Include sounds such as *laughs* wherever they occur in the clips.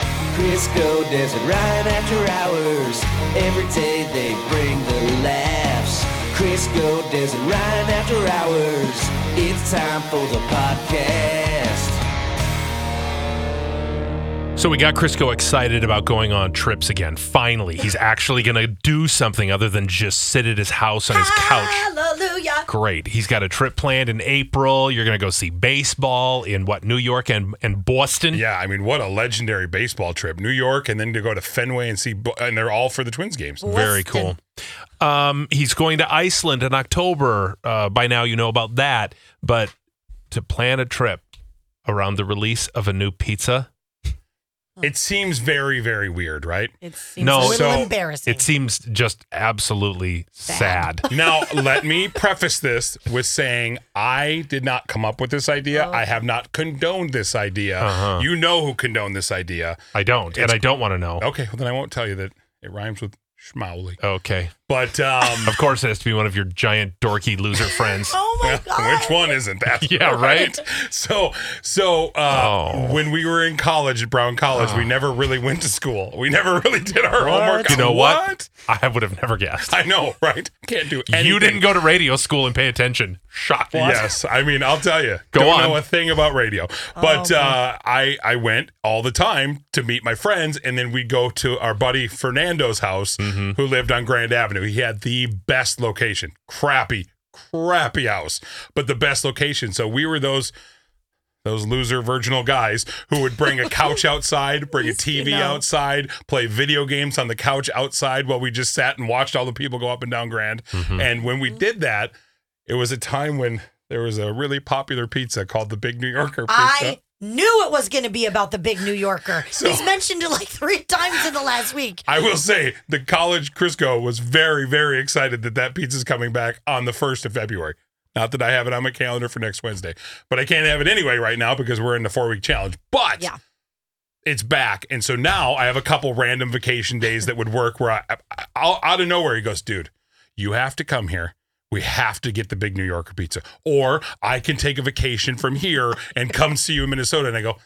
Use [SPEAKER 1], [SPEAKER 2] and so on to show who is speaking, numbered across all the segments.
[SPEAKER 1] Crisco Desert Ryan after hours. Every day they bring the laughs. Crisco Desert Ryan after hours. It's time for the podcast.
[SPEAKER 2] So we got Crisco excited about going on trips again. Finally, he's actually going to do something other than just sit at his house on his couch.
[SPEAKER 3] Hallelujah.
[SPEAKER 2] Great. He's got a trip planned in April. You're going to go see baseball in what, New York and, and Boston?
[SPEAKER 4] Yeah, I mean, what a legendary baseball trip. New York and then to go to Fenway and see, bo- and they're all for the Twins games.
[SPEAKER 2] Very cool. Um, he's going to Iceland in October. Uh, by now, you know about that. But to plan a trip around the release of a new pizza,
[SPEAKER 4] It seems very, very weird, right?
[SPEAKER 3] It seems
[SPEAKER 2] No,
[SPEAKER 3] a little
[SPEAKER 4] so-
[SPEAKER 3] embarrassing.
[SPEAKER 2] it seems just absolutely sad.
[SPEAKER 4] Now, let me preface this with saying I did not come up with this idea. I have not condoned this idea.
[SPEAKER 2] Uh-huh.
[SPEAKER 4] You know who condoned this idea.
[SPEAKER 2] I
[SPEAKER 4] *laughs*
[SPEAKER 2] don't, and I don't want to know.
[SPEAKER 4] Okay, well, then I won't tell you that it rhymes with schmowly.
[SPEAKER 2] Okay.
[SPEAKER 4] But um,
[SPEAKER 2] Of course, it has to be one of your giant dorky loser
[SPEAKER 3] *laughs*
[SPEAKER 2] friends.
[SPEAKER 3] oh my God.
[SPEAKER 4] *laughs* which one isn't that?
[SPEAKER 2] *laughs* Yeah, right?
[SPEAKER 4] *laughs* So, so uh,
[SPEAKER 2] Oh.
[SPEAKER 4] when we were in college at Brown College, we never really went to school. We never *laughs* really did our homework.
[SPEAKER 2] You know what? I would have never guessed.
[SPEAKER 4] I know, right? Can't do anything.
[SPEAKER 2] You didn't go to radio school and pay attention. Shock.
[SPEAKER 4] Yes, I mean, I'll tell you.
[SPEAKER 2] Go
[SPEAKER 4] don't
[SPEAKER 2] on.
[SPEAKER 4] know a thing about radio,
[SPEAKER 3] Oh,
[SPEAKER 4] but uh, I I went all the time to meet my friends, and then we'd go to our buddy Fernando's house,
[SPEAKER 2] Mm-hmm.
[SPEAKER 4] who lived on Grand Avenue. He had the best location, crappy, crappy house, but the best location. So we were those those loser virginal guys who would bring a couch outside, bring a TV outside, play video games on the couch outside while we just sat and watched all the people go up and down Grand. And when we did that, it was a time when there was a really popular pizza called the Big New Yorker pizza.
[SPEAKER 3] I knew it was going to be about the big New Yorker.
[SPEAKER 4] So-
[SPEAKER 3] He's mentioned it like three times in the last week.
[SPEAKER 4] I will say the college Crisco was very, very excited that that pizza's coming back on the 1st of February. Not that I have it on my calendar for next Wednesday, but I can't have it anyway right now because we're in the four week challenge. But
[SPEAKER 3] Yeah.
[SPEAKER 4] it's back. And so now I have a couple random vacation days that would work where I, I, I'll, out of nowhere, he goes, dude, you have to come here. We have to get the big New Yorker pizza. Or I can take a vacation from here and come see you in Minnesota. And I go,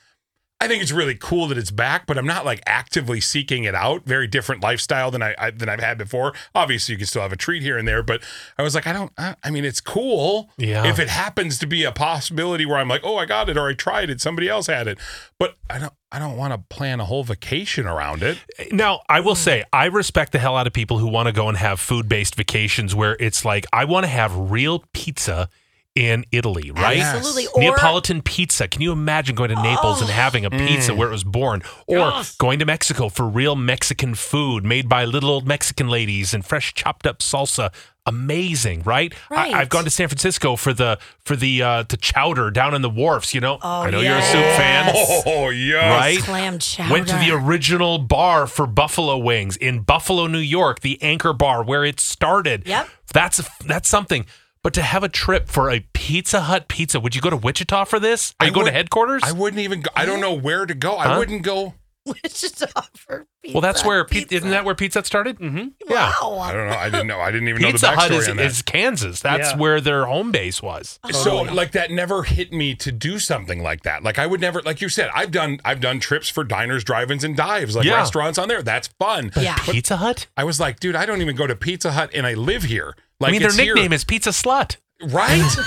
[SPEAKER 4] I think it's really cool that it's back, but I'm not like actively seeking it out. Very different lifestyle than I, I than I've had before. Obviously, you can still have a treat here and there, but I was like, I don't. I, I mean, it's cool.
[SPEAKER 2] Yeah.
[SPEAKER 4] If it happens to be a possibility where I'm like, oh, I got it, or I tried it, somebody else had it, but I don't. I don't want to plan a whole vacation around it.
[SPEAKER 2] Now, I will say, I respect the hell out of people who want to go and have food based vacations where it's like, I want to have real pizza in Italy, right?
[SPEAKER 3] Absolutely. Or
[SPEAKER 2] Neapolitan pizza. Can you imagine going to Naples and having a
[SPEAKER 3] Mm.
[SPEAKER 2] pizza where it was born? Or going to Mexico for real Mexican food made by little old Mexican ladies and fresh chopped up salsa. Amazing, right?
[SPEAKER 3] Right.
[SPEAKER 2] I, I've gone to San Francisco for the for the uh, the chowder down in the wharfs. You know,
[SPEAKER 3] Oh,
[SPEAKER 2] I know you're a soup fan,
[SPEAKER 3] Yes.
[SPEAKER 4] Oh yeah.
[SPEAKER 2] right?
[SPEAKER 3] clam chowder.
[SPEAKER 2] Went to
[SPEAKER 3] *laughs*
[SPEAKER 2] the original bar for Buffalo Wings in Buffalo, New York, the Anchor Bar where it started.
[SPEAKER 3] Yep.
[SPEAKER 2] That's that's something. But to have a trip for a Pizza Hut pizza, would you go to Wichita for this? Are
[SPEAKER 4] I
[SPEAKER 2] you going to
[SPEAKER 4] would-
[SPEAKER 2] headquarters?
[SPEAKER 4] I wouldn't even. Go, I don't know where to go. I
[SPEAKER 2] Huh?
[SPEAKER 4] wouldn't go.
[SPEAKER 3] Which is offer pizza.
[SPEAKER 2] well, that's where pi-
[SPEAKER 3] pizza.
[SPEAKER 2] isn't that where Pizza Hut started? Mm-hmm. Yeah.
[SPEAKER 3] Wow.
[SPEAKER 4] I don't know. I didn't know. I didn't even know the
[SPEAKER 2] Pizza
[SPEAKER 4] backstory
[SPEAKER 2] Hut is,
[SPEAKER 4] on that.
[SPEAKER 2] is Kansas. That's
[SPEAKER 4] Yeah.
[SPEAKER 2] where their home base was.
[SPEAKER 4] So like that never hit me to do something like that. Like I would never like you said I've done I've done trips for diners, drive-ins and dives like
[SPEAKER 2] Yeah.
[SPEAKER 4] restaurants on there. That's fun.
[SPEAKER 3] Yeah.
[SPEAKER 2] Pizza Hut?
[SPEAKER 4] I was like, dude, I don't even go to Pizza Hut and I live here. Like
[SPEAKER 2] I mean, their
[SPEAKER 4] it's here.
[SPEAKER 2] nickname is Pizza Slut. *laughs*
[SPEAKER 4] right. *laughs*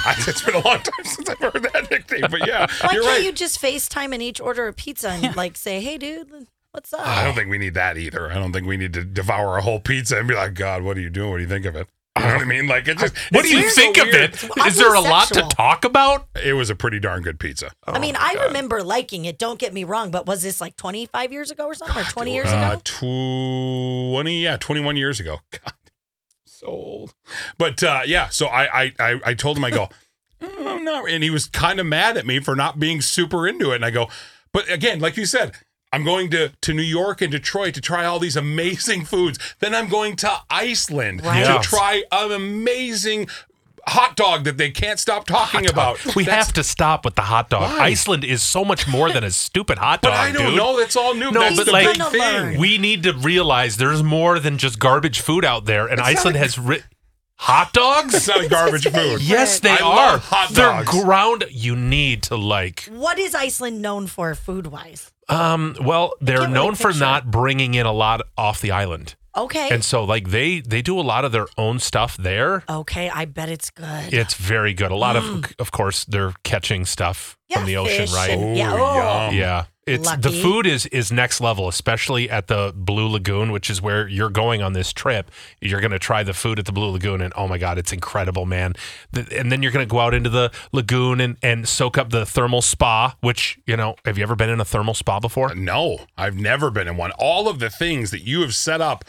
[SPEAKER 4] I, it's been a long time since I've heard that nickname, but yeah,
[SPEAKER 3] Why
[SPEAKER 4] you're
[SPEAKER 3] can't
[SPEAKER 4] right.
[SPEAKER 3] you just FaceTime and each order a pizza and like say, hey, dude, what's up?
[SPEAKER 2] Oh.
[SPEAKER 4] I don't think we need that either. I don't think we need to devour a whole pizza and be like, God, what are you doing? What do you think of it? You
[SPEAKER 2] *laughs*
[SPEAKER 4] know what I mean? Like it just.
[SPEAKER 2] What
[SPEAKER 4] it
[SPEAKER 2] do you
[SPEAKER 4] seems so
[SPEAKER 2] think of
[SPEAKER 4] weird.
[SPEAKER 2] it? Is there a lot to Oh,
[SPEAKER 3] Omnisexual.
[SPEAKER 2] talk about?
[SPEAKER 4] It was a pretty darn good pizza.
[SPEAKER 3] I mean, I remember liking it. Don't get me wrong, but was this like 25 years ago or something, or 20 years
[SPEAKER 4] Uh,
[SPEAKER 3] ago?
[SPEAKER 4] 20, Uh, yeah, 21 years ago. *laughs* God, so old. But uh, yeah, so I, I, I, I told him, I go, *laughs* "Mm, I'm not, and he was kind of mad at me for not being super into it. And I go, but again, like you said, I'm going to, to New York and Detroit to try all these amazing foods. Then I'm going to Iceland
[SPEAKER 3] Right.
[SPEAKER 2] Yeah.
[SPEAKER 4] to try an amazing hot dog that they can't stop talking about.
[SPEAKER 2] We
[SPEAKER 4] That's-
[SPEAKER 2] have to stop with the hot dog.
[SPEAKER 4] Why?
[SPEAKER 2] Iceland is so much more than a stupid hot dog.
[SPEAKER 4] But I don't
[SPEAKER 2] dude.
[SPEAKER 4] know. That's all new.
[SPEAKER 2] No,
[SPEAKER 4] That's
[SPEAKER 2] but
[SPEAKER 4] the
[SPEAKER 2] like-
[SPEAKER 4] big
[SPEAKER 3] Gonna
[SPEAKER 4] thing.
[SPEAKER 3] learn.
[SPEAKER 2] We need to realize there's more than just garbage food out there, and
[SPEAKER 4] not
[SPEAKER 2] Iceland
[SPEAKER 4] a-
[SPEAKER 2] has ri- hot dogs.
[SPEAKER 4] It's
[SPEAKER 3] *laughs*
[SPEAKER 4] not garbage food.
[SPEAKER 2] yes, they
[SPEAKER 4] I
[SPEAKER 2] are.
[SPEAKER 4] love hot
[SPEAKER 2] They're
[SPEAKER 4] dogs.
[SPEAKER 2] ground. You need to like.
[SPEAKER 3] What is Iceland known for food wise?
[SPEAKER 2] Um. Well, they're
[SPEAKER 3] can't really
[SPEAKER 2] known for
[SPEAKER 3] picture
[SPEAKER 2] not bringing in a lot off the island,
[SPEAKER 3] Okay.
[SPEAKER 2] and so like they they do a lot of their own stuff there.
[SPEAKER 3] okay, I bet it's good.
[SPEAKER 2] It's very good. A lot of of course they're catching stuff from the ocean,
[SPEAKER 3] Mm. fish
[SPEAKER 2] right?
[SPEAKER 3] and- yeah.
[SPEAKER 4] Ooh,
[SPEAKER 3] oh.
[SPEAKER 4] yum.
[SPEAKER 2] Yeah. It's the
[SPEAKER 3] Lucky.
[SPEAKER 2] food is is next level, especially at the Blue Lagoon, which is where you're going on this trip. You're going to try the food at the Blue Lagoon, and oh my god, it's incredible, man! The, and then you're going to go out into the lagoon and and soak up the thermal spa, which you know, have you ever been in a thermal spa before?
[SPEAKER 4] No, I've never been in one. All of the things that you have set up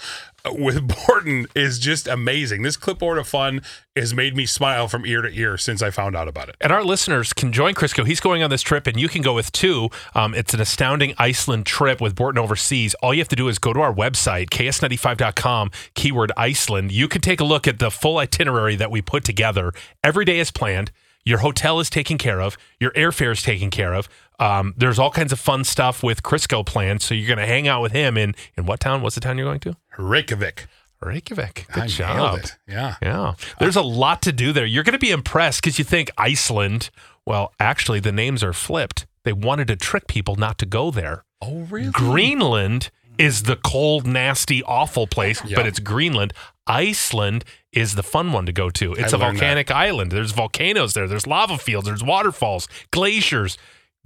[SPEAKER 4] uh, with *laughs* Borden is just amazing. This clipboard of fun has made me smile from ear to ear since I found out about it.
[SPEAKER 2] And our listeners can join Crisco. He's going on this trip, and you can go with two. Um, it's an astounding Iceland trip with Borton Overseas. All you have to do is go to our website, ks95.com, keyword Iceland. You can take a look at the full itinerary that we put together. Every day is planned. Your hotel is taken care of. Your airfare is taken care of. Um, there's all kinds of fun stuff with Crisco planned. So you're going to hang out with him in, in what town? What's the town you're going to?
[SPEAKER 4] Reykjavik.
[SPEAKER 2] Reykjavik. Good
[SPEAKER 4] I
[SPEAKER 2] job.
[SPEAKER 4] nailed it. Yeah.
[SPEAKER 2] Yeah. There's a lot to do there. You're going to be impressed because you think Iceland. Well, actually, the names are flipped. They wanted to trick people not to go there.
[SPEAKER 4] Oh, really?
[SPEAKER 2] Greenland is the cold, nasty, awful place,
[SPEAKER 4] Yeah.
[SPEAKER 2] but it's Greenland. Iceland is the fun one to go to. It's a
[SPEAKER 4] learned that.
[SPEAKER 2] volcanic island. There's volcanoes there, there's lava fields, there's waterfalls, glaciers.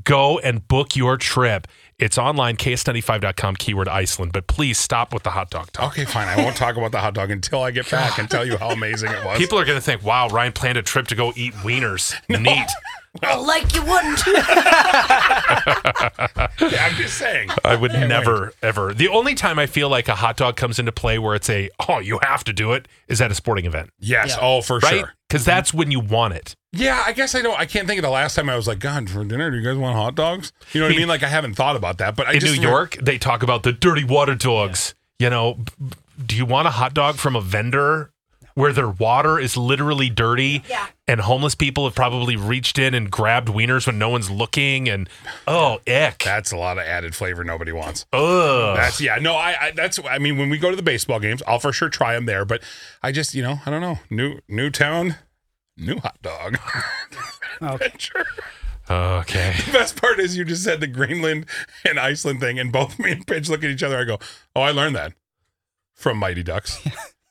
[SPEAKER 2] Go and book your trip. It's online, ks95.com, keyword Iceland, but please stop with the hot dog talk.
[SPEAKER 4] Okay, fine. I won't talk about the hot dog until I get back and tell you how amazing it was.
[SPEAKER 2] People are going to think, wow, Ryan planned a trip to go eat wieners. Neat.
[SPEAKER 3] Oh, like you wouldn't.
[SPEAKER 4] *laughs* I'm
[SPEAKER 2] *laughs*
[SPEAKER 4] just saying.
[SPEAKER 2] I would never, ever. The only time I feel like a hot dog comes into play where it's a, oh, you have to do it, is at a sporting event,
[SPEAKER 4] Yes. Oh, for
[SPEAKER 2] right?
[SPEAKER 4] sure.
[SPEAKER 2] Because that's when you want it.
[SPEAKER 4] Yeah, I guess I don't. I can't think of the last time I was like, God, for dinner, do you guys want hot dogs? You know what I mean? Like, I haven't thought about that, but I
[SPEAKER 2] In
[SPEAKER 4] just
[SPEAKER 2] New York, they talk about the dirty water dogs. You know, b- b- do you want a hot dog from a vendor where their water is literally dirty?
[SPEAKER 3] Yeah.
[SPEAKER 2] And homeless people have probably reached in and grabbed wieners when no one's looking. And, oh, ick.
[SPEAKER 4] That's a lot of added flavor nobody wants.
[SPEAKER 2] Ugh.
[SPEAKER 4] That's yeah. No, I, I that's I mean when we go to the baseball games, I'll for sure try them there. But I just you know I don't know new new town, new hot dog. *laughs* Adventure.
[SPEAKER 2] okay.
[SPEAKER 4] The best part is you just said the Greenland and Iceland thing, and both me and Pitch look at each other. I go, oh, I learned that from
[SPEAKER 2] *laughs*
[SPEAKER 4] Mighty Ducks.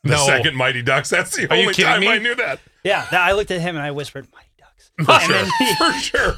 [SPEAKER 4] The
[SPEAKER 2] No.
[SPEAKER 4] second Mighty Ducks. That's the
[SPEAKER 2] Are you
[SPEAKER 4] only
[SPEAKER 2] kidding
[SPEAKER 4] time
[SPEAKER 2] me?
[SPEAKER 4] I knew that
[SPEAKER 5] Yeah, that, I looked at him and I whispered, "Mighty
[SPEAKER 2] *laughs*
[SPEAKER 5] Ducks." and then he- *laughs*
[SPEAKER 4] for sure.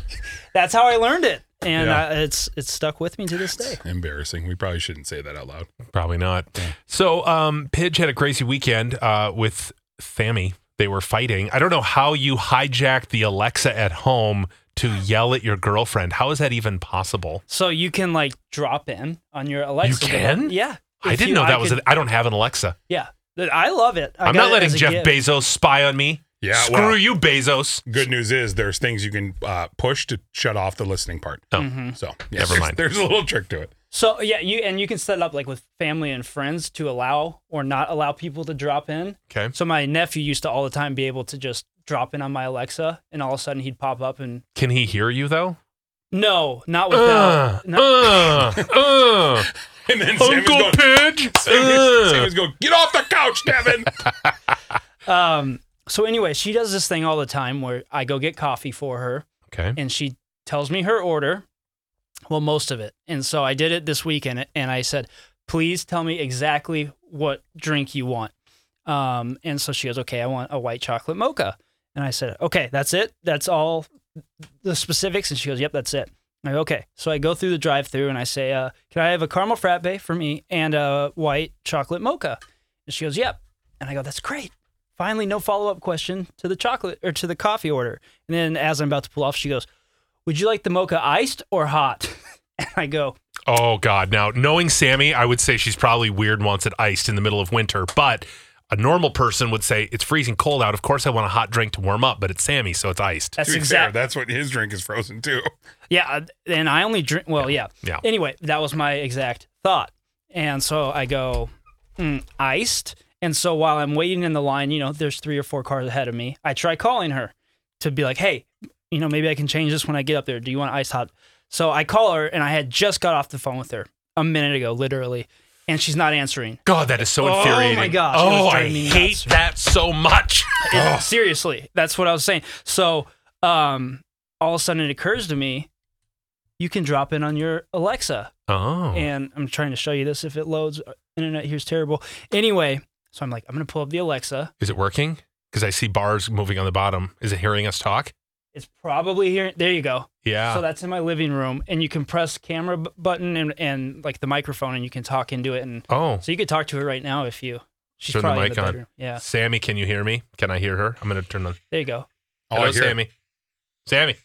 [SPEAKER 5] that's how I learned it, and
[SPEAKER 4] Yeah.
[SPEAKER 5] uh, it's it's stuck with me to this day.
[SPEAKER 4] Embarrassing. We probably shouldn't say that out loud.
[SPEAKER 2] Probably not. So, um, Pidge had a crazy weekend uh, with Fammy. They were fighting. I don't know how you hijacked the Alexa at home to yell at your girlfriend. How is that even possible?
[SPEAKER 5] So you can like drop in on your Alexa.
[SPEAKER 2] can?
[SPEAKER 5] Yeah.
[SPEAKER 2] I
[SPEAKER 5] If
[SPEAKER 2] didn't
[SPEAKER 5] you-
[SPEAKER 2] know that was.
[SPEAKER 5] could-
[SPEAKER 2] A, I don't have an Alexa.
[SPEAKER 5] yeah. Th- I love it. I
[SPEAKER 2] I'm
[SPEAKER 5] got
[SPEAKER 2] not
[SPEAKER 5] it
[SPEAKER 2] letting
[SPEAKER 5] as a
[SPEAKER 2] Jeff
[SPEAKER 5] gift.
[SPEAKER 2] Bezos spy on me.
[SPEAKER 4] Yeah,
[SPEAKER 2] Screw
[SPEAKER 4] well-
[SPEAKER 2] you, Bezos.
[SPEAKER 4] Good news is there's things you can uh, push to shut off the listening part.
[SPEAKER 2] Oh.
[SPEAKER 4] So yeah,
[SPEAKER 2] Never
[SPEAKER 4] there's-
[SPEAKER 2] mind.
[SPEAKER 4] There's a little trick to it.
[SPEAKER 5] So yeah, you and you can set it up like with family and friends to allow or not allow people to drop in.
[SPEAKER 2] Okay.
[SPEAKER 5] So my nephew used to all the time be able to just drop in on my Alexa, and all of a sudden he'd pop up and
[SPEAKER 2] Can he hear you though?
[SPEAKER 5] no, not
[SPEAKER 2] Uh,
[SPEAKER 5] without. not,
[SPEAKER 2] uh,
[SPEAKER 5] *laughs*
[SPEAKER 2] uh.
[SPEAKER 4] *laughs* And then Sam is
[SPEAKER 2] Uncle
[SPEAKER 4] going,
[SPEAKER 2] Pidge.
[SPEAKER 4] Sam is- Sam
[SPEAKER 2] Uh.
[SPEAKER 4] is going, get off the *laughs* couch, Devin.
[SPEAKER 5] Um, so anyway, she does this thing all the time where I go get coffee for her
[SPEAKER 2] Okay.
[SPEAKER 5] and she tells me her order, well, most of it. And so I did it this weekend and I said, please tell me exactly what drink you want. Um, and so she goes, okay, I want a white chocolate mocha. And I said, okay, that's it. That's all the specifics. And she goes, yep, that's it. I go, okay. So I go through the drive through and I say, uh, can I have a caramel frappe for me and a white chocolate mocha? And she goes, yep. And I go, that's great. Finally, no follow up question to the chocolate or to the coffee order. And then as I'm about to pull off, she goes, would you like the mocha iced or hot? *laughs* And I go,
[SPEAKER 2] Oh God! Now knowing Sammy, I would say she's probably weird and wants it iced in the middle of winter. But a normal person would say, it's freezing cold out. Of course, I want a hot drink to warm up, but it's Sammy, so it's iced.
[SPEAKER 5] That's
[SPEAKER 4] To be fair,
[SPEAKER 5] exactly.
[SPEAKER 4] that's what his drink is frozen too.
[SPEAKER 5] Yeah, uh, and I only drink. Well, yeah.
[SPEAKER 2] Yeah.
[SPEAKER 5] Anyway, that was my exact thought, and so I go mm, iced. And so while I'm waiting in the line, you know, there's three or four cars ahead of me. I try calling her to be like, hey, you know, maybe I can change this when I get up there. Do you want iced hot? So I call her, and I had just got off the phone with her a minute ago, literally, and she's not answering.
[SPEAKER 2] God, that is so
[SPEAKER 5] Oh my
[SPEAKER 2] infuriating.
[SPEAKER 5] gosh, it was
[SPEAKER 2] Oh, I
[SPEAKER 5] driving me
[SPEAKER 2] hate
[SPEAKER 5] nuts.
[SPEAKER 2] that so
[SPEAKER 5] *laughs*
[SPEAKER 2] much.
[SPEAKER 5] Seriously, that's what I was saying. So, um, all of a sudden it occurs to me, you can drop in on your Alexa.
[SPEAKER 2] Oh.
[SPEAKER 5] and I'm trying to show you this. If it loads, uh, internet here's terrible. Anyway, so I'm like, I'm gonna pull up the Alexa.
[SPEAKER 2] Is it working? Because I see bars moving on the bottom. Is it hearing us talk?
[SPEAKER 5] It's probably here. There you go.
[SPEAKER 2] Yeah.
[SPEAKER 5] So that's in my living room, and you can press camera b- button and, and like the microphone, and you can talk into it, and
[SPEAKER 2] oh.
[SPEAKER 5] so you could talk to her right now if you. She's
[SPEAKER 2] Turn the
[SPEAKER 5] probably
[SPEAKER 2] mic
[SPEAKER 5] in the
[SPEAKER 2] on.
[SPEAKER 5] bedroom. Yeah.
[SPEAKER 2] Sammy, can you hear me? Can I hear her? I'm going to turn on.
[SPEAKER 5] There you go.
[SPEAKER 4] Oh,
[SPEAKER 2] Hello,
[SPEAKER 4] I hear it.
[SPEAKER 2] Sammy. Sammy.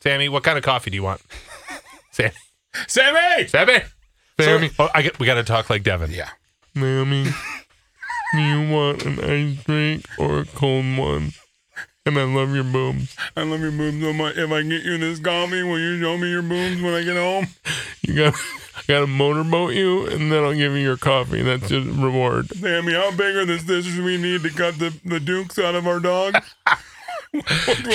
[SPEAKER 2] Sammy, what kind of coffee do you
[SPEAKER 5] *laughs*
[SPEAKER 2] want? Sammy.
[SPEAKER 4] *laughs* Sammy.
[SPEAKER 2] Sammy. Sammy. oh, I get, we got to talk like Devin.
[SPEAKER 4] Yeah.
[SPEAKER 2] Sammy, do you want an ice drink or a cold one? And I love your boobs.
[SPEAKER 4] I love your boobs so much. If I get you this coffee, will you show me your boobs when I get *laughs* home?
[SPEAKER 2] You got, I got to motorboat you, and then I'll give you your coffee. That's your reward.
[SPEAKER 4] Sammy, how big are the scissors we need to cut the, the dukes out of our dog?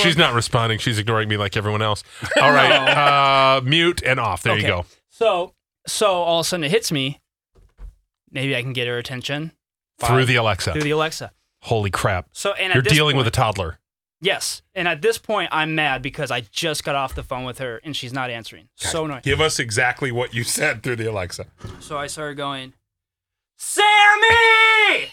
[SPEAKER 2] She's not responding. She's ignoring me like everyone
[SPEAKER 5] *laughs*
[SPEAKER 2] else. All right, uh, mute and off. There you
[SPEAKER 5] Okay.
[SPEAKER 2] go.
[SPEAKER 5] So so all of a sudden it hits me. Maybe I can get her attention
[SPEAKER 2] Through the Alexa.
[SPEAKER 5] through the Alexa.
[SPEAKER 2] Holy crap!
[SPEAKER 5] So and at
[SPEAKER 2] You're
[SPEAKER 5] this
[SPEAKER 2] dealing
[SPEAKER 5] point-
[SPEAKER 2] with a toddler.
[SPEAKER 5] Yes. And at this point, I'm mad because I just got off the phone with her and she's not answering. So annoying.
[SPEAKER 4] Give us exactly what you said through the Alexa.
[SPEAKER 5] So I started going, Sammy!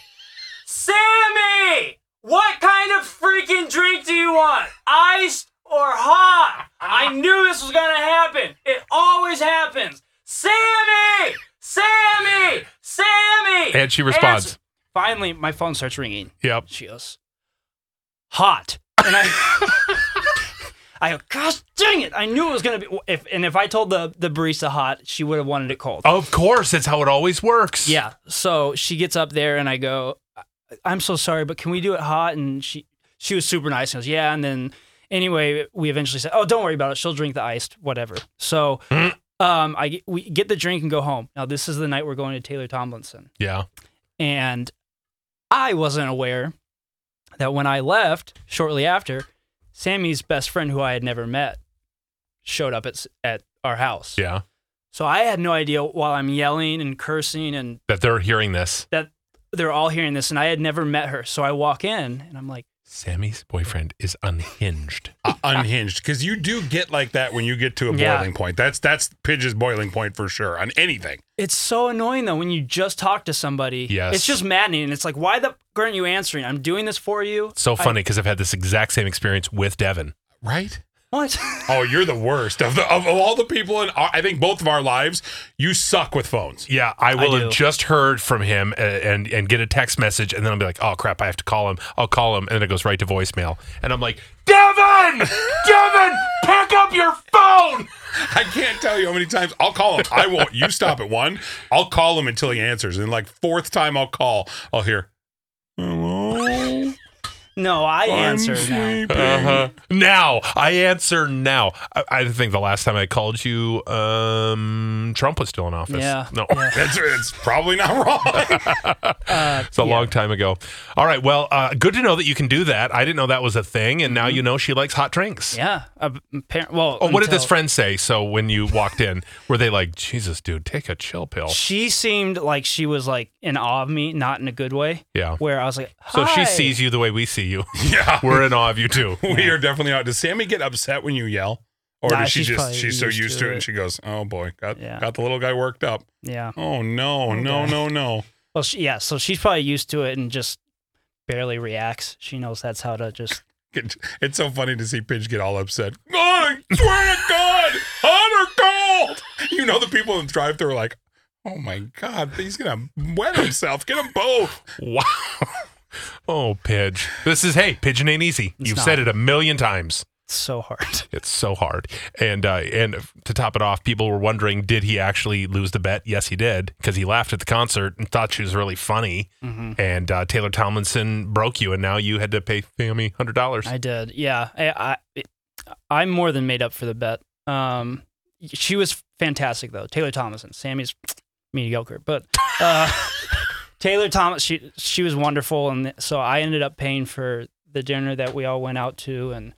[SPEAKER 5] Sammy! What kind of freaking drink do you want? Iced or hot?
[SPEAKER 2] *laughs*
[SPEAKER 5] I knew this was gonna happen. It always happens. Sammy! Sammy! Sammy!
[SPEAKER 2] And she responds.
[SPEAKER 5] Answer- Finally, my phone starts ringing.
[SPEAKER 2] Yep.
[SPEAKER 5] She goes, hot. And I, *laughs* I go, gosh dang it! I knew it was gonna be. If and if I told the the barista hot, she would have wanted it cold.
[SPEAKER 2] Of course, that's how it always works.
[SPEAKER 5] Yeah. So she gets up there and I go, "I- I'm so sorry, but can we do it hot? And she she was super nice and goes, yeah. And then anyway, we eventually said, oh, don't worry about it. She'll drink the iced, whatever. So um, I get- we get the drink and go home. Now this is the night we're going to Taylor Tomlinson,
[SPEAKER 2] Yeah.
[SPEAKER 5] and I wasn't aware that when I left shortly after, Sammy's best friend, who I had never met, showed up at s- at our house.
[SPEAKER 2] Yeah.
[SPEAKER 5] So I had no idea while I'm yelling and cursing and
[SPEAKER 2] That they're hearing this.
[SPEAKER 5] that they're all hearing this and I had never met her. So I walk in and I'm like,
[SPEAKER 2] Sammy's boyfriend is unhinged.
[SPEAKER 4] Uh, *laughs* unhinged because you do get like that when you get to a
[SPEAKER 5] Yeah.
[SPEAKER 4] boiling point. That's that's Pidge's boiling point for sure on anything.
[SPEAKER 5] it's so annoying though when you just talk to somebody.
[SPEAKER 2] Yes.
[SPEAKER 5] It's just maddening. And it's like, why the f- aren't you answering? I'm doing this for you.
[SPEAKER 2] so funny because I've had this exact same experience with Devin.
[SPEAKER 4] Right?
[SPEAKER 5] *laughs* What? *laughs*
[SPEAKER 4] Oh, you're the worst of the of all the people in our, I think both of our lives. You suck with phones.
[SPEAKER 2] Yeah, I will
[SPEAKER 5] do.
[SPEAKER 2] have just heard from him a- and, and get a text message, and then I'll be like, oh crap, I have to call him. I'll call him, and then it goes right to voicemail, and I'm like,
[SPEAKER 5] *laughs*
[SPEAKER 2] Devin, Devin, pick up your phone.
[SPEAKER 4] I can't tell you how many times I'll call him. I won't. You stop at one. I'll call him until he answers, and like fourth time I'll call, I'll hear. Hello.
[SPEAKER 5] no, I
[SPEAKER 4] I'm
[SPEAKER 5] answer now.
[SPEAKER 4] sleeping."
[SPEAKER 2] Now I answer now. I, I think the last time I called you, um, Trump was still in office.
[SPEAKER 5] Yeah. Uh,
[SPEAKER 2] no, *laughs*
[SPEAKER 4] That's it's probably not wrong.
[SPEAKER 5] *laughs*
[SPEAKER 2] it's a long time ago. All right, well, uh, good to know that you can do that. I didn't know that was a thing, and now
[SPEAKER 5] Mm-hmm.
[SPEAKER 2] you know she likes hot drinks.
[SPEAKER 5] Yeah. Apparent, well,
[SPEAKER 2] Oh, what did this
[SPEAKER 5] until-
[SPEAKER 2] friend say? So when you walked in, *laughs* were they like, "Jesus, dude, take a chill pill"?
[SPEAKER 5] She seemed like she was like in awe of me, not in a good way.
[SPEAKER 2] Yeah.
[SPEAKER 5] Where I was like,
[SPEAKER 2] So
[SPEAKER 5] "Hi."
[SPEAKER 2] she sees you the way we see you. *laughs*
[SPEAKER 4] yeah.
[SPEAKER 2] We're in awe of you too.
[SPEAKER 5] *laughs*
[SPEAKER 4] we are definitely out. Does Sammy get upset when you yell? Or
[SPEAKER 5] Nah,
[SPEAKER 4] does she
[SPEAKER 5] she's
[SPEAKER 4] just
[SPEAKER 5] probably
[SPEAKER 4] she's so
[SPEAKER 5] used
[SPEAKER 4] used to
[SPEAKER 5] to
[SPEAKER 4] it, and
[SPEAKER 5] it.
[SPEAKER 4] she goes, Oh boy, got
[SPEAKER 5] Yeah.
[SPEAKER 4] got the little guy worked up.
[SPEAKER 5] Yeah.
[SPEAKER 4] Oh no, no, no, no.
[SPEAKER 5] Well, she, yeah. So she's probably used to it and just barely reacts. She knows that's how to just
[SPEAKER 4] It- It's so funny to see Pidge get all upset. Oh, I swear to God, hot or cold. You know the people in the drive through are like, Oh my god, he's gonna wet himself. Get them both.
[SPEAKER 2] Wow. Oh, Pidge. This is hey, pigeon ain't easy. You've
[SPEAKER 5] not.
[SPEAKER 2] said it a million times.
[SPEAKER 5] so hard.
[SPEAKER 2] It's so hard. And uh, and to top it off, people were wondering, did he actually lose the bet? Yes, he did, because he laughed at the concert and thought she was really funny.
[SPEAKER 5] Mm-hmm.
[SPEAKER 2] And uh, Taylor Tomlinson broke you, and now you had to pay Family hundred dollars.
[SPEAKER 5] I did. Yeah. I, I I more than made up for the bet. Um, she was fantastic though. Taylor Thomason. Sammy's *sniffs* mediocre, but uh, *laughs* Taylor Thomas. She she was wonderful, and so I ended up paying for the dinner that we all went out to, and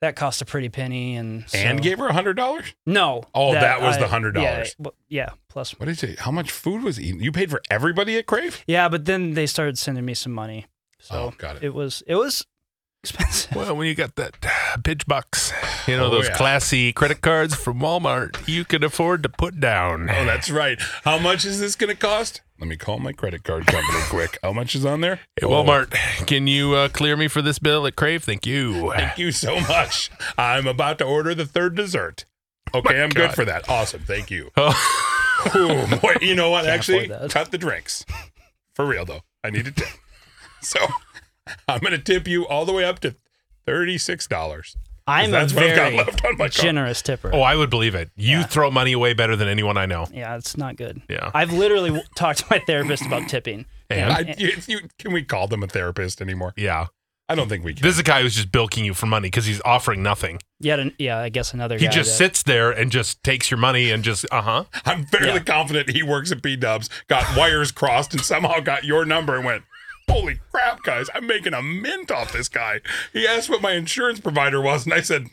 [SPEAKER 5] that cost a pretty penny. And so,
[SPEAKER 4] And gave her a hundred dollars.
[SPEAKER 5] no.
[SPEAKER 4] Oh, that was the
[SPEAKER 5] I-
[SPEAKER 4] $100.
[SPEAKER 5] Yeah, well, yeah, plus.
[SPEAKER 4] What is it? How much food was eaten? You paid for everybody at Crave.
[SPEAKER 5] Yeah, but then they started sending me some money. So
[SPEAKER 4] Oh, got it.
[SPEAKER 5] It was it was expensive.
[SPEAKER 2] Well, when you got that pitch box, you know
[SPEAKER 4] Oh,
[SPEAKER 2] those
[SPEAKER 4] yeah.
[SPEAKER 2] classy credit cards from Walmart, you can afford to put down.
[SPEAKER 4] Oh, that's right. How much is this going to cost? Let me call my credit card company quick. How much is on there?
[SPEAKER 2] Hey, Walmart, can you uh, clear me for this bill at Crave? Thank you.
[SPEAKER 4] Thank you so much. I'm about to order the third dessert. Okay, I'm good
[SPEAKER 2] God.
[SPEAKER 4] for that. Awesome. Thank you.
[SPEAKER 2] Oh,
[SPEAKER 4] Ooh, boy, you know what? Actually,
[SPEAKER 5] afford that.
[SPEAKER 4] cut the drinks. For real though, I need a tip. *laughs* so I'm gonna tip you all the way up to thirty-six dollars. *laughs*
[SPEAKER 5] I'm
[SPEAKER 4] That's
[SPEAKER 5] a
[SPEAKER 4] what I've got
[SPEAKER 5] very
[SPEAKER 4] left on my card.
[SPEAKER 5] generous tipper.
[SPEAKER 2] Oh, I would believe it. You throw money away better than anyone I know.
[SPEAKER 5] Yeah, it's not good.
[SPEAKER 2] Yeah.
[SPEAKER 5] I've literally w- talked to my therapist about tipping.
[SPEAKER 2] And?
[SPEAKER 4] I, you, you, can we call them a therapist anymore?
[SPEAKER 2] Yeah.
[SPEAKER 4] I don't think we can.
[SPEAKER 2] This is a guy who's just bilking you for money because he's offering nothing.
[SPEAKER 5] Yet, an, yeah, I guess another
[SPEAKER 2] He
[SPEAKER 5] guy.
[SPEAKER 2] just
[SPEAKER 5] that-
[SPEAKER 2] sits there and just takes your money and just, uh huh.
[SPEAKER 4] I'm fairly
[SPEAKER 5] Yeah.
[SPEAKER 4] confident he works at B Dubs, got wires crossed, and somehow got your number and went, Holy crap, guys, I'm making a mint off this guy. He asked what my insurance provider was, and I said,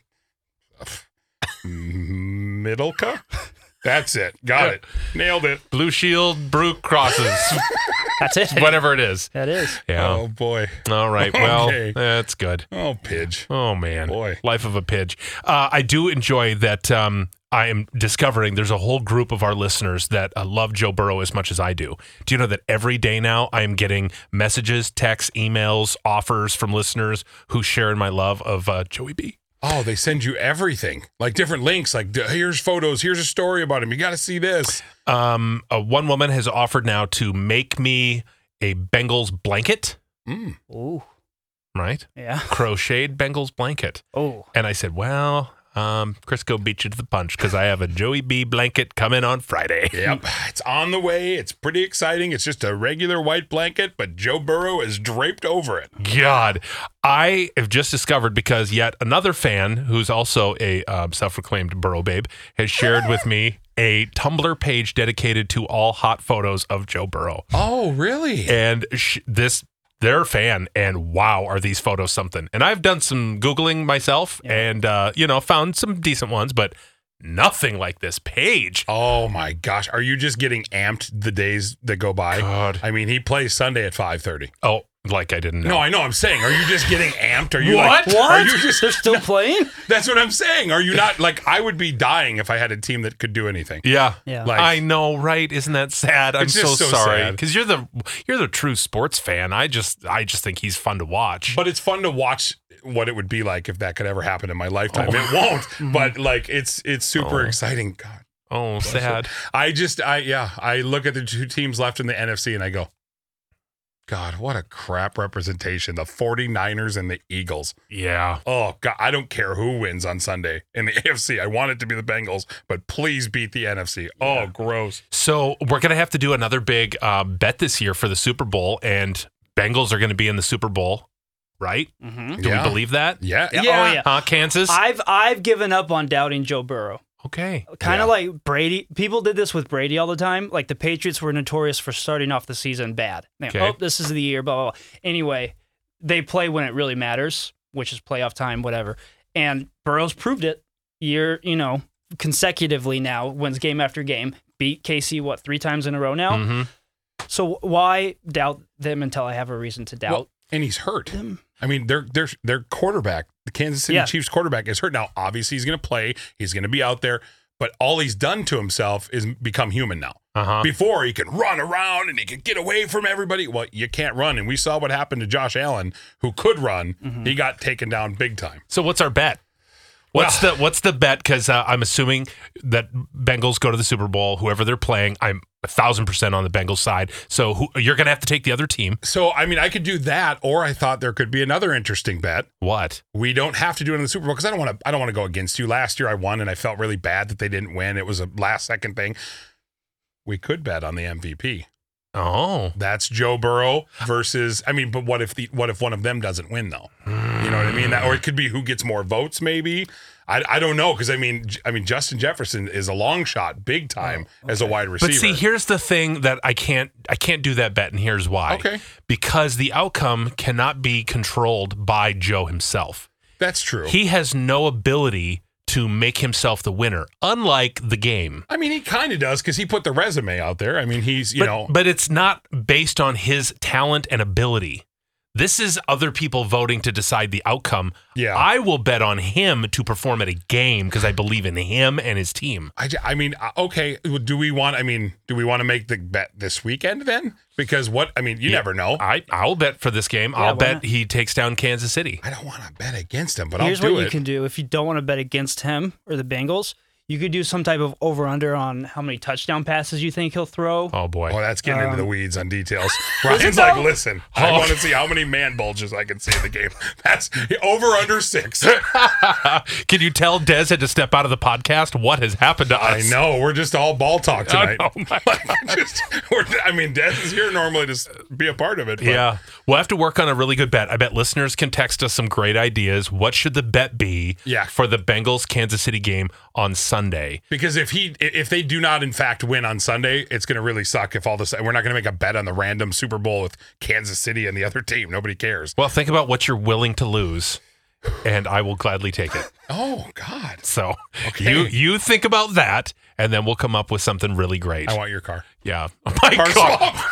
[SPEAKER 4] Middleca? That's it. Got it. Nailed it.
[SPEAKER 2] Blue Shield, Brew Crosses,
[SPEAKER 5] That's it.
[SPEAKER 2] whatever it is.
[SPEAKER 5] that is.
[SPEAKER 2] Yeah.
[SPEAKER 4] Oh, boy.
[SPEAKER 2] All right. Well,
[SPEAKER 4] Okay.
[SPEAKER 2] that's good.
[SPEAKER 4] Oh, Pidge.
[SPEAKER 2] Oh man,
[SPEAKER 4] Boy.
[SPEAKER 2] life of a pidge. Uh, I do enjoy that. Um, I am discovering there's a whole group of our listeners that uh, love Joe Burrow as much as I do. Do you know that every day now I am getting messages, texts, emails, offers from listeners who share in my love of uh, Joey B.
[SPEAKER 4] Oh, they send you everything like different links, like d- here's photos, here's a story about him. You got to see this.
[SPEAKER 2] Um, uh, one woman has offered now to make me a Bengals blanket,
[SPEAKER 4] Mm.
[SPEAKER 5] Ooh.
[SPEAKER 2] right?
[SPEAKER 5] Yeah.
[SPEAKER 2] Crocheted Bengals blanket.
[SPEAKER 5] Oh.
[SPEAKER 2] And I said, well, um, Crisco beat you to the punch because I have a Joey B blanket coming on Friday.
[SPEAKER 4] Yep. It's on the way. It's pretty exciting. It's just a regular white blanket, but Joe Burrow is draped over it.
[SPEAKER 2] God, I have just discovered because yet another fan who's also a um, self-proclaimed Burrow babe has shared with me a Tumblr page dedicated to all hot photos of Joe Burrow,
[SPEAKER 4] Oh, really?
[SPEAKER 2] and sh- this their fan, and wow, are these photos something? And I've done some googling myself, and uh, you know, found some decent ones, but nothing like this page.
[SPEAKER 4] Oh my gosh, are you just getting amped the days that go by?
[SPEAKER 2] God.
[SPEAKER 4] I mean, he plays Sunday at 5:30.
[SPEAKER 2] Oh, like I didn't know.
[SPEAKER 4] No, I know I'm saying, are you just getting amped? Are you like
[SPEAKER 2] What?
[SPEAKER 4] Are
[SPEAKER 5] What?
[SPEAKER 4] you just
[SPEAKER 5] They're still
[SPEAKER 2] *laughs*
[SPEAKER 5] playing?
[SPEAKER 4] That's what I'm saying. Are you not like I would be dying if I had a team that could do anything.
[SPEAKER 2] Yeah.
[SPEAKER 5] Yeah.
[SPEAKER 4] Like-
[SPEAKER 2] I know, right? Isn't that sad? I'm
[SPEAKER 4] It's
[SPEAKER 2] so,
[SPEAKER 4] just so
[SPEAKER 2] sorry
[SPEAKER 4] sad.
[SPEAKER 2] because you're the you're the true sports fan. I just I just think he's fun to watch.
[SPEAKER 4] But it's fun to watch what it would be like if that could ever happen in my lifetime. It won't, but like it's it's super exciting. God.
[SPEAKER 2] oh, sad.
[SPEAKER 4] I just, I yeah, I look at the two teams left in the NFC and I go, God, what a crap representation. The 49ers and the Eagles.
[SPEAKER 2] Yeah.
[SPEAKER 4] Oh, God, I don't care who wins on Sunday in the *laughs* AFC. I want it to be the Bengals, but please beat the NFC. Oh, gross.
[SPEAKER 2] So we're gonna have to do another big uh, bet this year for the Super Bowl, and Bengals are gonna be in the Super Bowl, right?
[SPEAKER 5] Mm-hmm.
[SPEAKER 2] Do
[SPEAKER 4] Yeah.
[SPEAKER 2] we believe that?
[SPEAKER 4] Yeah.
[SPEAKER 5] Yeah. Oh, yeah.
[SPEAKER 2] Huh, Kansas.
[SPEAKER 5] I've I've given up on doubting Joe Burrow.
[SPEAKER 2] okay.
[SPEAKER 5] Kind
[SPEAKER 4] Yeah.
[SPEAKER 5] of like Brady. People did this with Brady all the time. Like the Patriots were notorious for starting off the season bad. They,
[SPEAKER 2] Okay.
[SPEAKER 5] Oh, this is the year. Blah, blah blah. Anyway, they play when it really matters, which is playoff time, whatever. And Burrow's proved it year, you know, consecutively now wins game after game. Beat KC what three times in a row now.
[SPEAKER 4] Mm-hmm.
[SPEAKER 2] hmm
[SPEAKER 5] So why doubt them until I have a reason to doubt?
[SPEAKER 4] Well, and he's hurt. I mean, their their their quarterback, the Kansas City
[SPEAKER 5] Yeah.
[SPEAKER 4] Chiefs quarterback, is hurt now. Obviously, he's going to play. He's going to be out there. But all he's done to himself is become human now.
[SPEAKER 2] Uh huh.
[SPEAKER 4] Before he could run around and he could get away from everybody. Well, you can't run, and we saw what
[SPEAKER 5] Mm-hmm.
[SPEAKER 4] happened to Josh Allen, who could run. He got taken down big time.
[SPEAKER 2] So what's our bet? What's the what's the bet? Because uh, I'm assuming that Bengals go to the Super Bowl. Whoever they're playing, I'm a thousand percent on the Bengals side. So who, you're going to have to take the other team.
[SPEAKER 4] So, I mean, I could do that, or I thought there could be another interesting bet.
[SPEAKER 2] What?
[SPEAKER 4] We don't have to do it in the Super Bowl because I don't want to. I don't want to go against you. Last year, I won, and I felt really bad that they didn't win. It was a last second thing. We could bet on the MVP.
[SPEAKER 2] Oh,
[SPEAKER 4] That's Joe Burrow versus. I mean, but what if the what if one of them doesn't win though? You know what I mean? That, or it could be who gets more votes. Maybe I, I don't know because I mean J- I mean Justin Jefferson is a long shot, big time as a wide receiver.
[SPEAKER 2] Oh, but see, here's the thing that I can't I can't do that bet, and here's why.
[SPEAKER 4] Okay.
[SPEAKER 2] Because the outcome cannot be controlled by Joe himself.
[SPEAKER 4] that's true.
[SPEAKER 2] He has no ability to make himself the winner, unlike the game.
[SPEAKER 4] I mean, he kind of does because he put the resume out there. I mean, he's you
[SPEAKER 2] but,
[SPEAKER 4] know
[SPEAKER 2] but it's not based on his talent and ability. This is other people voting to decide the outcome.
[SPEAKER 4] Yeah.
[SPEAKER 2] I will bet on him to perform at a game because I believe in him and his team.
[SPEAKER 4] I, ju- I mean, uh, okay. Do we want? I mean, do we want to make the bet this weekend then? Because what? I mean, you never know.
[SPEAKER 5] Uh,
[SPEAKER 4] I,
[SPEAKER 2] I I'll bet for this game. I'll
[SPEAKER 5] why
[SPEAKER 2] bet
[SPEAKER 5] not?
[SPEAKER 2] he takes down Kansas City.
[SPEAKER 4] don't want to bet against him, but
[SPEAKER 5] Here's
[SPEAKER 4] I'll do
[SPEAKER 5] what
[SPEAKER 4] it.
[SPEAKER 5] you can do if you don't want to bet against him or the Bengals. You could do some type of over under on how many touchdown passes you think he'll throw.
[SPEAKER 2] Oh boy.
[SPEAKER 4] oh, that's getting
[SPEAKER 5] Um,
[SPEAKER 4] into the weeds on
[SPEAKER 5] *laughs*
[SPEAKER 4] details. Ryan's like, listen, I
[SPEAKER 2] Oh.
[SPEAKER 4] want to see how many man bulges I can see in the game. *laughs* That's over under
[SPEAKER 5] *laughs*
[SPEAKER 4] six.
[SPEAKER 2] Can you tell Des had to step out of the podcast? What has happened to
[SPEAKER 4] I
[SPEAKER 2] us?
[SPEAKER 4] know. We're just all ball talk tonight.
[SPEAKER 2] *laughs* Oh, my
[SPEAKER 4] *laughs* just, we're, I mean, Des is here normally to s- be a part of it. But
[SPEAKER 2] Yeah. We'll have to work on a really good bet. I bet listeners can text us some great ideas. What should the bet be
[SPEAKER 4] Yeah.
[SPEAKER 2] for the Bengals Kansas City game on Sunday?
[SPEAKER 4] Because if he if they do not in fact win on Sunday, it's going to really suck. If all this we're not going to make a bet on the random Super Bowl with Kansas City and the other team, nobody cares.
[SPEAKER 2] Well, think about what you're willing to lose, and I will gladly take it.
[SPEAKER 4] Oh God,
[SPEAKER 2] So
[SPEAKER 4] *laughs* Okay.
[SPEAKER 2] you you think about that, and then we'll come up with something really great.
[SPEAKER 4] I want your car.
[SPEAKER 2] yeah, Oh *laughs* my
[SPEAKER 4] Car
[SPEAKER 2] God.
[SPEAKER 4] swap. *laughs*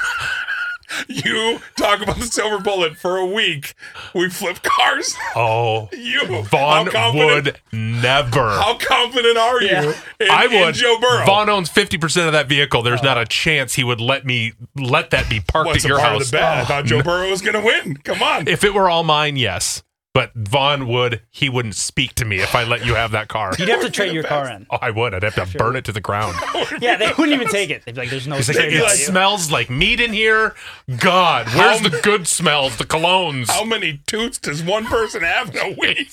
[SPEAKER 4] you talk about the silver bullet for a week. We flip cars.
[SPEAKER 2] Oh,
[SPEAKER 4] *laughs* You
[SPEAKER 2] Vaughn
[SPEAKER 4] how confident-
[SPEAKER 2] would never.
[SPEAKER 4] How confident are you?
[SPEAKER 5] Yeah.
[SPEAKER 4] in-
[SPEAKER 2] I
[SPEAKER 4] in
[SPEAKER 2] would.
[SPEAKER 4] Joe Burrow. Uh.
[SPEAKER 2] Vaughn owns fifty percent of that vehicle. There's not a chance he would let me let that be parked
[SPEAKER 4] What's
[SPEAKER 2] at
[SPEAKER 4] a
[SPEAKER 2] your
[SPEAKER 4] part
[SPEAKER 2] house. Oh.
[SPEAKER 4] of the bet? I thought Joe Burrow was going to win. Come on.
[SPEAKER 2] If it were all mine, yes. But Vaughn would. He wouldn't speak to me if I let you have that car.
[SPEAKER 5] You'd have to trade your car in.
[SPEAKER 2] *laughs* Oh, I would. I'd have to burn it to the
[SPEAKER 4] *laughs*
[SPEAKER 2] ground.
[SPEAKER 5] Yeah, they wouldn't even take it. They'd be like, "There's no."
[SPEAKER 2] He's like,
[SPEAKER 5] trade
[SPEAKER 2] it
[SPEAKER 5] value."
[SPEAKER 2] smells like meat in here. God, where's the good smells, the colognes?
[SPEAKER 4] How many toots does one person have in a
[SPEAKER 2] *laughs*
[SPEAKER 4] week?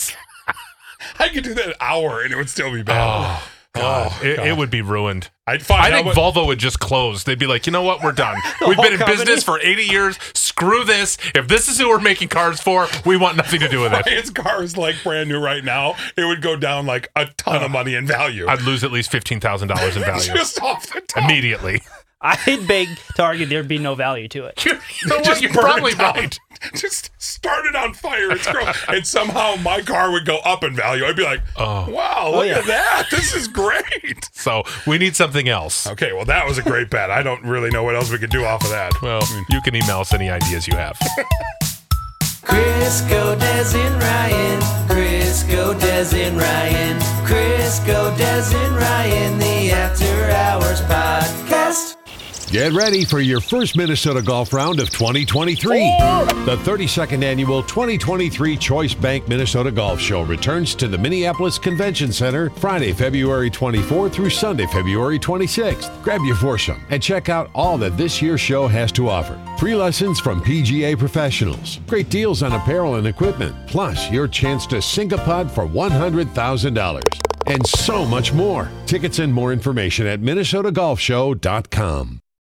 [SPEAKER 4] I could do that an hour and it would still be bad.
[SPEAKER 2] Oh, God. it, it would be ruined.
[SPEAKER 4] I'd find
[SPEAKER 2] I
[SPEAKER 4] out
[SPEAKER 2] think
[SPEAKER 4] what-
[SPEAKER 2] Volvo would just close. They'd be like, you know what? We're
[SPEAKER 4] *laughs*
[SPEAKER 2] done. We've been in
[SPEAKER 5] whole
[SPEAKER 2] business for 80 years. Screw this. If this is who we're making cars for, we want nothing to do with
[SPEAKER 4] *laughs*
[SPEAKER 2] it.
[SPEAKER 4] Ryan's car is like brand new right now. It would go down like a ton of money in value.
[SPEAKER 2] I'd lose at least $15,000 in value
[SPEAKER 4] Just off the top.
[SPEAKER 2] immediately. *laughs*
[SPEAKER 5] I'd beg to argue there'd be no value to it.
[SPEAKER 2] You know what?
[SPEAKER 4] Just
[SPEAKER 2] You're
[SPEAKER 4] burn it
[SPEAKER 2] probably
[SPEAKER 4] down.
[SPEAKER 2] right.
[SPEAKER 4] *laughs* Just start it on fire. It's grow- *laughs* and somehow my car would go up in value. I'd be like, wow, look
[SPEAKER 5] yeah.
[SPEAKER 4] at that. This is great. *laughs*
[SPEAKER 2] So we need something else.
[SPEAKER 4] Okay, well, that was a great bet. I don't really know what else we could do off of that.
[SPEAKER 2] Well, you can email us any ideas you have.
[SPEAKER 1] Crisco Des and Ryan. Crisco Des and Ryan. Crisco Des and Ryan. The After Hours Podcast.
[SPEAKER 6] Get ready for your first Minnesota golf round of 2023. The 32nd annual 2023 Choice Bank Minnesota Golf Show returns to the Minneapolis Convention Center Friday, February 24 through Sunday, February 26th. Grab your foursome and check out all that this year's show has to offer. Free lessons from PGA professionals, great deals on apparel and equipment, plus your chance to sink a putt for $100,000 and so much more. Tickets and more information at minnesotagolfshow.com.